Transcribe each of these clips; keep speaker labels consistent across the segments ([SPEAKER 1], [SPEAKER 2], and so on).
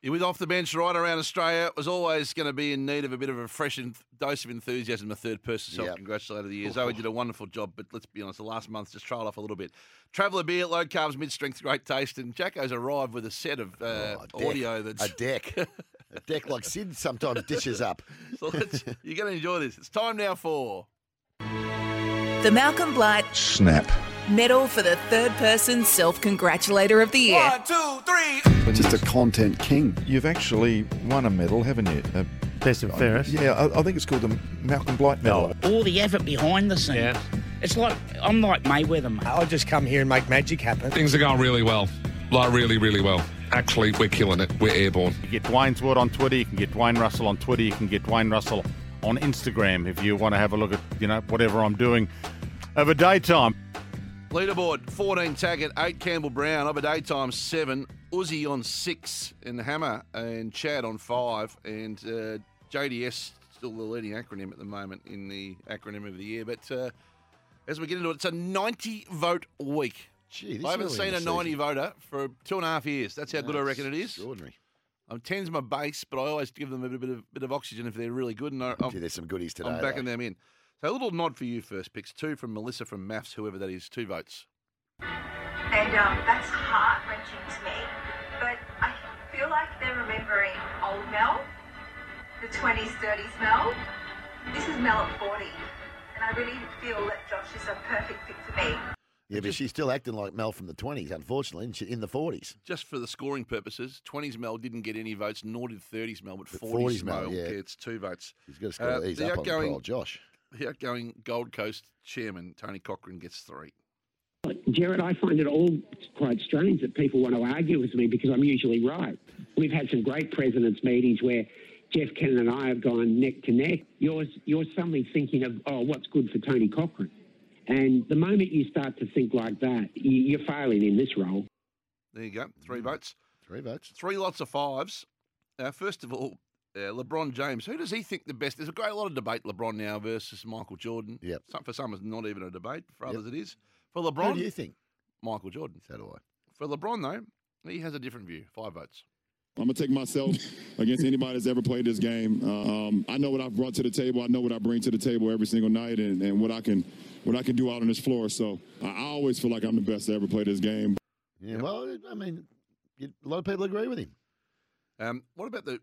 [SPEAKER 1] He was off the bench right around Australia. Was always going to be in need of a bit of a fresh en- dose of enthusiasm. A third person self
[SPEAKER 2] Yep.
[SPEAKER 1] congratulated the year. Zoe did a wonderful job, but let's be honest, the last month just trailed off a little bit. Traveller beer, low carbs, mid strength, great taste, and Jacko's arrived with a set of uh,
[SPEAKER 2] Oh, A deck.
[SPEAKER 1] audio that's.
[SPEAKER 2] a deck. a deck like Sid sometimes dishes up.
[SPEAKER 1] so let's, you're going to enjoy this. It's time now for.
[SPEAKER 3] The Malcolm Blight
[SPEAKER 4] Snap.
[SPEAKER 3] Medal for the Third Person Self Congratulator of the Year.
[SPEAKER 5] Just a content king.
[SPEAKER 4] You've actually won a medal, haven't you? Uh,
[SPEAKER 6] Best and fairest.
[SPEAKER 4] yeah, I, I think it's called the Malcolm Blight Medal.
[SPEAKER 7] Oh,
[SPEAKER 8] all the effort behind the scenes. It's like I'm like Mayweather, mate.
[SPEAKER 6] I'll just come here and make magic happen.
[SPEAKER 9] Things are going really well. Like, really, really well. Actually, we're killing it. We're airborne.
[SPEAKER 7] You get Dwayne's Word on Twitter. You can get Dwayne Russell on Twitter. You can get Dwayne Russell on Instagram if you want to have a look at you know whatever I'm doing over daytime.
[SPEAKER 1] Leaderboard 14 Taggart, 8 Campbell Brown, Obad daytime 7, Uzi on 6, and Hammer and Chad on 5, and uh, JDS still the leading acronym at the moment in the acronym of the year. But uh, as we get into it, it's a 90 vote week.
[SPEAKER 2] Gee, this
[SPEAKER 1] I haven't
[SPEAKER 2] early in
[SPEAKER 1] seen
[SPEAKER 2] the
[SPEAKER 1] a 90
[SPEAKER 2] season.
[SPEAKER 1] voter for two and a half years. That's how good I
[SPEAKER 2] That's
[SPEAKER 1] reckon it is.
[SPEAKER 2] Extraordinary.
[SPEAKER 1] I'm 10's my base, but I always give them a bit of, bit of oxygen if they're really good. And I,
[SPEAKER 2] Gee,
[SPEAKER 1] I'm,
[SPEAKER 2] there's some goodies today.
[SPEAKER 1] I'm backing
[SPEAKER 2] though.
[SPEAKER 1] them in. So a little nod for you first, picks two from Melissa from Maths, whoever that is, two votes.
[SPEAKER 10] And um, that's heart wrenching to me. But I feel like they're remembering old Mel, the 20s, 30s Mel. This is Mel at 40. And I really feel that Josh is a perfect fit for me.
[SPEAKER 2] Yeah, but she's still acting like Mel from the 20s, unfortunately, and she, in the 40s.
[SPEAKER 1] just for the scoring purposes, 20s Mel didn't get any votes, nor did 30s Mel, but
[SPEAKER 2] But
[SPEAKER 1] 40s,
[SPEAKER 2] 40s
[SPEAKER 1] Mel
[SPEAKER 2] Mel, yeah.
[SPEAKER 1] gets two votes.
[SPEAKER 2] She's got to
[SPEAKER 1] Uh,
[SPEAKER 2] score these
[SPEAKER 1] the
[SPEAKER 2] up on the
[SPEAKER 1] outgoing-
[SPEAKER 2] trial, Josh.
[SPEAKER 1] The outgoing Gold Coast chairman, Tony Cochran, gets three.
[SPEAKER 8] Jared, I find it all quite strange that people want to argue with me because I'm usually right. We've had some great presidents' meetings where Jeff Kennan and I have gone neck to neck. You're, you're suddenly thinking of, oh, what's good for Tony Cochrane? And the moment you start to think like that, you, you're failing in this role.
[SPEAKER 1] There you go, three
[SPEAKER 2] Mm.
[SPEAKER 1] votes.
[SPEAKER 2] Three votes.
[SPEAKER 1] Three lots of fives. Uh, first of all, uh, LeBron James, who does he think the best? There's a great lot of debate, LeBron now versus Michael Jordan.
[SPEAKER 2] Yep.
[SPEAKER 1] Some, for some, it's not even a debate. For
[SPEAKER 2] Yep.
[SPEAKER 1] others, it is. For
[SPEAKER 2] Who do you
[SPEAKER 1] LeBron,
[SPEAKER 2] think?
[SPEAKER 1] Michael Jordan.
[SPEAKER 2] So do I.
[SPEAKER 1] For LeBron, though, he has a different view. Five votes.
[SPEAKER 9] I'm going to take myself against anybody that's ever played this game. Uh, Um, I know what I've brought to the table. I know what I bring to the table every single night and, and what I can what I can do out on this floor. So I I always feel like I'm the best to ever play this game.
[SPEAKER 2] Yeah, well, I mean, you, a lot of people agree with him.
[SPEAKER 1] Um, what about the,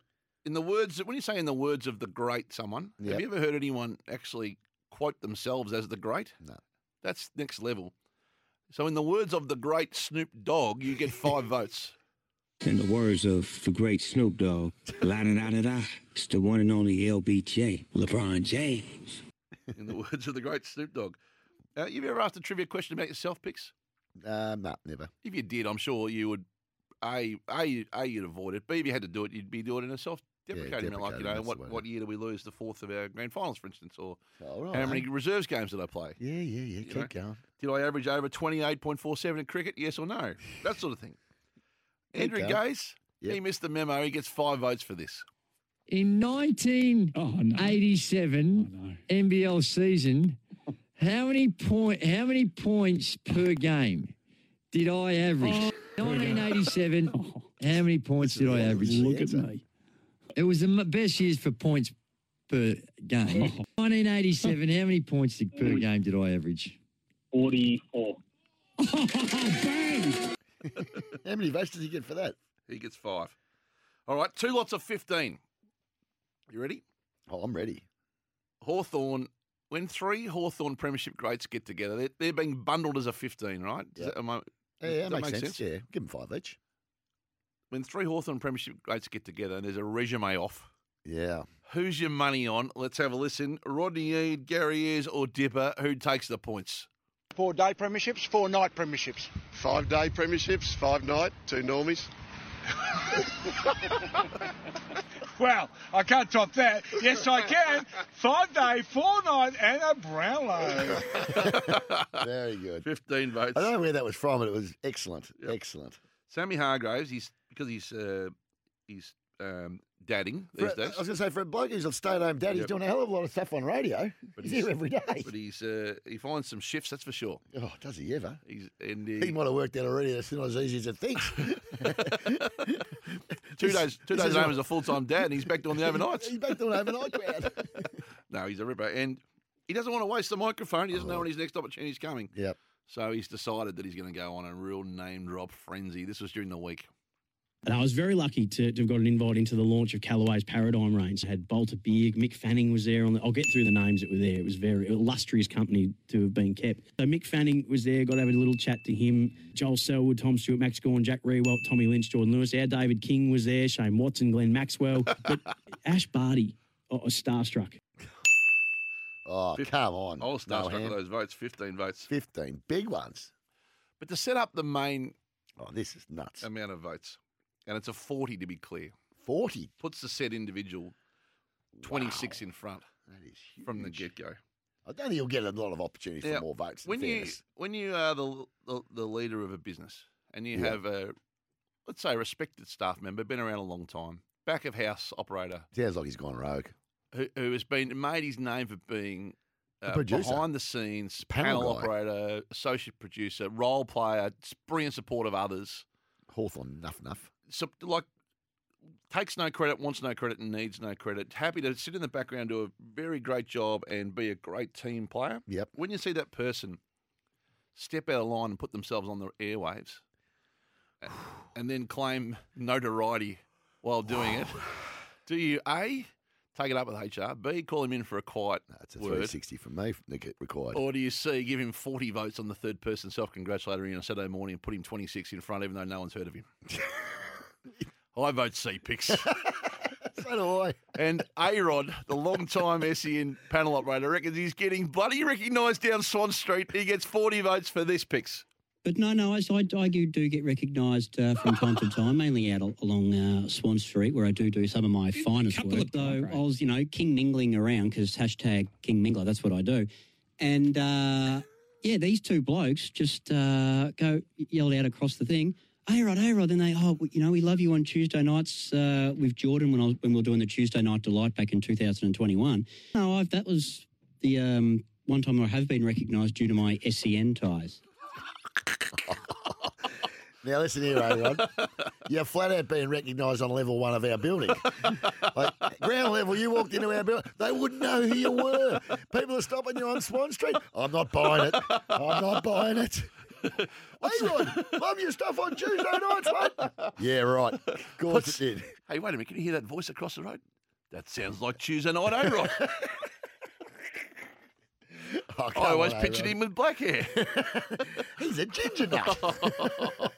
[SPEAKER 1] in the words, when you say in the words of the great someone, have
[SPEAKER 2] Yep.
[SPEAKER 1] you ever heard anyone actually quote themselves as the great?
[SPEAKER 2] No.
[SPEAKER 1] That's next level. So, in the words of the great Snoop Dogg, you get five votes.
[SPEAKER 8] In the words of the great Snoop Dogg, la da da da da, it's the one and only LBJ, LeBron James.
[SPEAKER 1] In the words of the great Snoop Dogg. Uh, you ever asked a trivia question about yourself, Pix?
[SPEAKER 2] Uh, no, never.
[SPEAKER 1] If you did, I'm sure you would. A, A, A, you'd avoid it. B, if you had to do it, you'd be doing it in a self deprecating it. Like, you
[SPEAKER 2] deprecating,
[SPEAKER 1] know,
[SPEAKER 2] that's the
[SPEAKER 1] what,
[SPEAKER 2] way to- Oh,
[SPEAKER 1] what year do we lose the fourth of our grand finals, for instance? Or
[SPEAKER 2] All right.
[SPEAKER 1] how many reserves games did I play?
[SPEAKER 2] Yeah, yeah, yeah. Keep
[SPEAKER 1] know?
[SPEAKER 2] going.
[SPEAKER 1] Did I average over 28.47 in cricket? Yes or no? That sort of thing. Andrew
[SPEAKER 2] Okay.
[SPEAKER 1] Gaze, he
[SPEAKER 2] Yep.
[SPEAKER 1] missed the memo. He gets five votes for this.
[SPEAKER 8] In
[SPEAKER 2] Oh,
[SPEAKER 8] 1987 NBL season, how many point how many points per game did I average?
[SPEAKER 2] Oh,
[SPEAKER 8] 1987. How many points did I average?
[SPEAKER 2] Look at me.
[SPEAKER 8] It was the m- best years for points per game.
[SPEAKER 2] Oh.
[SPEAKER 8] 1987. How many points did, per game did I average? 44.
[SPEAKER 2] How many votes did he get for that?
[SPEAKER 1] He gets five. All right, two lots of 15. You ready?
[SPEAKER 2] Oh, I'm ready.
[SPEAKER 1] Hawthorn. when three Hawthorn premiership greats get together, they're, they're being bundled as a 15, right? Does
[SPEAKER 2] Yep.
[SPEAKER 1] that- am I-
[SPEAKER 2] Yeah,
[SPEAKER 1] does
[SPEAKER 2] yeah, that makes sense. Yeah, give him five each.
[SPEAKER 1] When three Hawthorn premiership greats get together and there's a resume off,
[SPEAKER 2] Yeah.
[SPEAKER 1] who's your money on? Let's have a listen. Rodney Eade, Gary Ayres, or Dipper? Who takes the points?
[SPEAKER 8] Four day premierships, four night premierships.
[SPEAKER 7] Five day premierships, five night, two normies.
[SPEAKER 8] Well, I can't top that. Yes, I can. Five day, four night, and a Brownlow.
[SPEAKER 2] Very good.
[SPEAKER 1] 15 votes.
[SPEAKER 2] I don't know where that was from, but it was excellent. Excellent.
[SPEAKER 1] Sammy Hargraves, he's because he's uh, he's um, dadding
[SPEAKER 2] For
[SPEAKER 1] these
[SPEAKER 2] a- I was
[SPEAKER 1] days.
[SPEAKER 2] going to say, for a bloke who's a stay-at-home dad, he's
[SPEAKER 1] Yep.
[SPEAKER 2] doing a hell of a lot of stuff on radio. he's, here every day.
[SPEAKER 1] But he's uh, he finds some shifts, that's for sure.
[SPEAKER 2] Oh, does he ever?
[SPEAKER 1] He's and
[SPEAKER 2] He
[SPEAKER 1] he,
[SPEAKER 2] might have worked out already. That's not as easy as it thinks.
[SPEAKER 1] two days two
[SPEAKER 2] this
[SPEAKER 1] days
[SPEAKER 2] is
[SPEAKER 1] home
[SPEAKER 2] a-
[SPEAKER 1] as a full time dad, and he's back doing the overnights.
[SPEAKER 2] he's back doing overnight crowd.
[SPEAKER 1] No, he's a ripper, and he doesn't want to waste the microphone. He doesn't
[SPEAKER 2] Oh.
[SPEAKER 1] know when his next opportunity is coming.
[SPEAKER 2] yep.
[SPEAKER 1] So he's decided that he's going to go on a real name drop frenzy. This was during the week.
[SPEAKER 11] And I was very lucky to, to have got an invite into the launch of Callaway's Paradigm range. had Bolter Big, Mick Fanning was there. On the, I'll get through the names that were there. It was very illustrious company to have been kept. So Mick Fanning was there, got to have a little chat to him. Joel Selwood, Tom Stewart, Max Gorn, Jack Rewalt, Tommy Lynch, Jordan Lewis. Our David King was there, Shane Watson, Glenn Maxwell. But Ash Barty, I was starstruck.
[SPEAKER 2] Oh, come on.
[SPEAKER 1] I was starstruck
[SPEAKER 2] Nohan.
[SPEAKER 1] with those votes, 15 votes.
[SPEAKER 2] 15 big ones.
[SPEAKER 1] But to set up the main
[SPEAKER 2] Oh, this is nuts.
[SPEAKER 1] amount of votes, and it's a 40 to be clear,
[SPEAKER 2] 40.
[SPEAKER 1] puts the said individual 26 in front
[SPEAKER 2] That is huge.
[SPEAKER 1] from the get go.
[SPEAKER 2] I don't think you'll get a lot of opportunities
[SPEAKER 1] Now,
[SPEAKER 2] for more votes. in
[SPEAKER 1] When you
[SPEAKER 2] fairness.
[SPEAKER 1] when you are the, the the leader of a business and you have a let's say respected staff member, been around a long time, back of house operator
[SPEAKER 2] Sounds like he's gone rogue.
[SPEAKER 1] who, who has been made his name for being uh,
[SPEAKER 2] producer.
[SPEAKER 1] behind the scenes
[SPEAKER 2] Panel
[SPEAKER 1] panel,
[SPEAKER 2] guy.
[SPEAKER 1] operator, associate producer, role player, brilliant support of others.
[SPEAKER 2] Hawthorn, enough, enough.
[SPEAKER 1] So, like takes no credit, wants no credit, and needs no credit. Happy to sit in the background, do a very great job, and be a great team player.
[SPEAKER 2] Yep.
[SPEAKER 1] When you see that person step out of line and put themselves on the airwaves, a- and then claim notoriety while doing it, do you a take it up with HR? B call him in for a quiet
[SPEAKER 2] That's a
[SPEAKER 1] word. Oh.
[SPEAKER 2] 360 from me, Nick, required.
[SPEAKER 1] Or do you see give him 40 votes on the third person self congratulatory on a Saturday morning and put him 26 in front, even though no one's heard of him? I vote C picks.
[SPEAKER 2] So do I.
[SPEAKER 1] and A Rod, the long-time SEN panel operator, reckons he's getting bloody recognised down Swan Street. He gets 40 votes for this picks.
[SPEAKER 11] But no, no, I, I, I do, do get recognised uh, from time to time, mainly out al- along uh, Swan Street, where I do do some of my finest work. Though I was, you know, king mingling around because hashtag king mingler, that's what I do. And uh, yeah, these two blokes just uh, go yelled out across the thing. Hey Rod, hey Rod, then they, oh, you know, we love you on Tuesday nights uh, with Jordan when I was, when we were doing the Tuesday Night Delight back in 2021. No, I've, that was the um, one time I have been recognised due to my SEN ties.
[SPEAKER 2] Now listen here, Aaron. You're flat out being recognised on level one of our building. like ground level, you walked into our building, they wouldn't know who you were. People are stopping you on Swan Street. I'm not buying it. I'm not buying it. Hey, Rod, love your stuff on Tuesday nights, mate. Yeah, right. Of course it did.
[SPEAKER 1] Hey, wait a minute, can you hear that voice across the road? That sounds like Tuesday night A Rod.
[SPEAKER 2] Oh,
[SPEAKER 1] I
[SPEAKER 2] come
[SPEAKER 1] always
[SPEAKER 2] on,
[SPEAKER 1] pictured him
[SPEAKER 2] Aaron.
[SPEAKER 1] Oh, with black hair.
[SPEAKER 2] He's a ginger nut.
[SPEAKER 1] A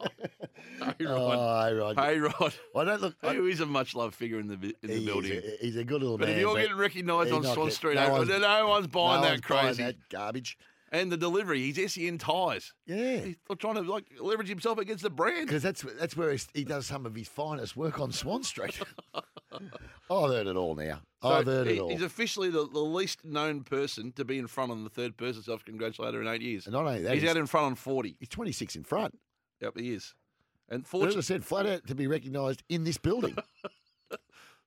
[SPEAKER 1] Rod.
[SPEAKER 2] oh, hey, Rod.
[SPEAKER 1] A Rod.
[SPEAKER 2] I don't look. I,
[SPEAKER 1] Who is a much loved figure in the vi- in the
[SPEAKER 2] he's,
[SPEAKER 1] building.
[SPEAKER 2] a, he's a good little
[SPEAKER 1] But
[SPEAKER 2] man.
[SPEAKER 1] if you're
[SPEAKER 2] but
[SPEAKER 1] getting recognised
[SPEAKER 2] he's
[SPEAKER 1] on
[SPEAKER 2] not
[SPEAKER 1] Swan
[SPEAKER 2] get-
[SPEAKER 1] Street,
[SPEAKER 2] no
[SPEAKER 1] no
[SPEAKER 2] one's-
[SPEAKER 1] one's, no one's buying
[SPEAKER 2] no
[SPEAKER 1] that
[SPEAKER 2] one's buying
[SPEAKER 1] crazy.
[SPEAKER 2] that garbage.
[SPEAKER 1] And the delivery, he's SEN ties.
[SPEAKER 2] Yeah.
[SPEAKER 1] He's trying to like leverage himself against the brand.
[SPEAKER 2] Because that's that's where he's, he does some of his finest work on Swan Street. I've heard it all now. I've
[SPEAKER 1] So
[SPEAKER 2] heard it
[SPEAKER 1] he-
[SPEAKER 2] all.
[SPEAKER 1] He's officially the, the least known person to be in front on the third person self congratulator in eight years.
[SPEAKER 2] And not only that,
[SPEAKER 1] he's,
[SPEAKER 2] he's-
[SPEAKER 1] out in front on 40.
[SPEAKER 2] He's 26 in front.
[SPEAKER 1] Yep, he is. And
[SPEAKER 2] But as I
[SPEAKER 1] fortunately,
[SPEAKER 2] said, flat out to be recognised in this building.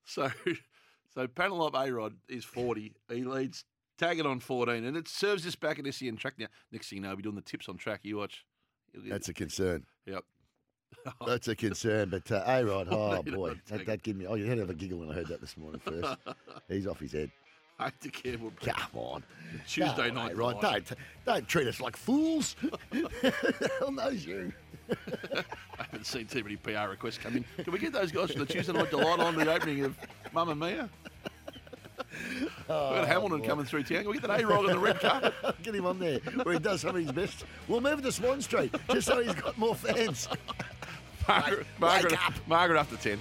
[SPEAKER 1] so, so Penelope Arod is 40. He leads Taggart on 14. And it serves us back at SEN track now. Next thing you know, we'll be doing the tips on track. You watch. You'll get-
[SPEAKER 2] That's a concern.
[SPEAKER 1] Yep.
[SPEAKER 2] That's a concern. But uh, A-Rod, oh
[SPEAKER 1] Need to
[SPEAKER 2] boy,
[SPEAKER 1] take
[SPEAKER 2] that,
[SPEAKER 1] it.
[SPEAKER 2] that gave me. Oh, you had to have a giggle when I heard that this morning first. he's off his head.
[SPEAKER 1] I have to care more.
[SPEAKER 2] Come on,
[SPEAKER 1] Tuesday
[SPEAKER 2] No,
[SPEAKER 1] night
[SPEAKER 2] Right?
[SPEAKER 1] delight.
[SPEAKER 2] Don't don't treat us like fools. Hell knows you.
[SPEAKER 1] I haven't seen too many PR requests come in. Can we get those guys from the Tuesday Night Delight on the opening of Mamma Mia? We've got
[SPEAKER 2] Oh,
[SPEAKER 1] Hamilton coming through town. Can we get that A-Rod on the red carpet?
[SPEAKER 2] Get him on there where he does some of his best. We'll move to Swan Street just so he's got more fans.
[SPEAKER 1] Margaret,
[SPEAKER 2] Wake
[SPEAKER 1] Margaret,
[SPEAKER 2] up.
[SPEAKER 1] Margaret after 10.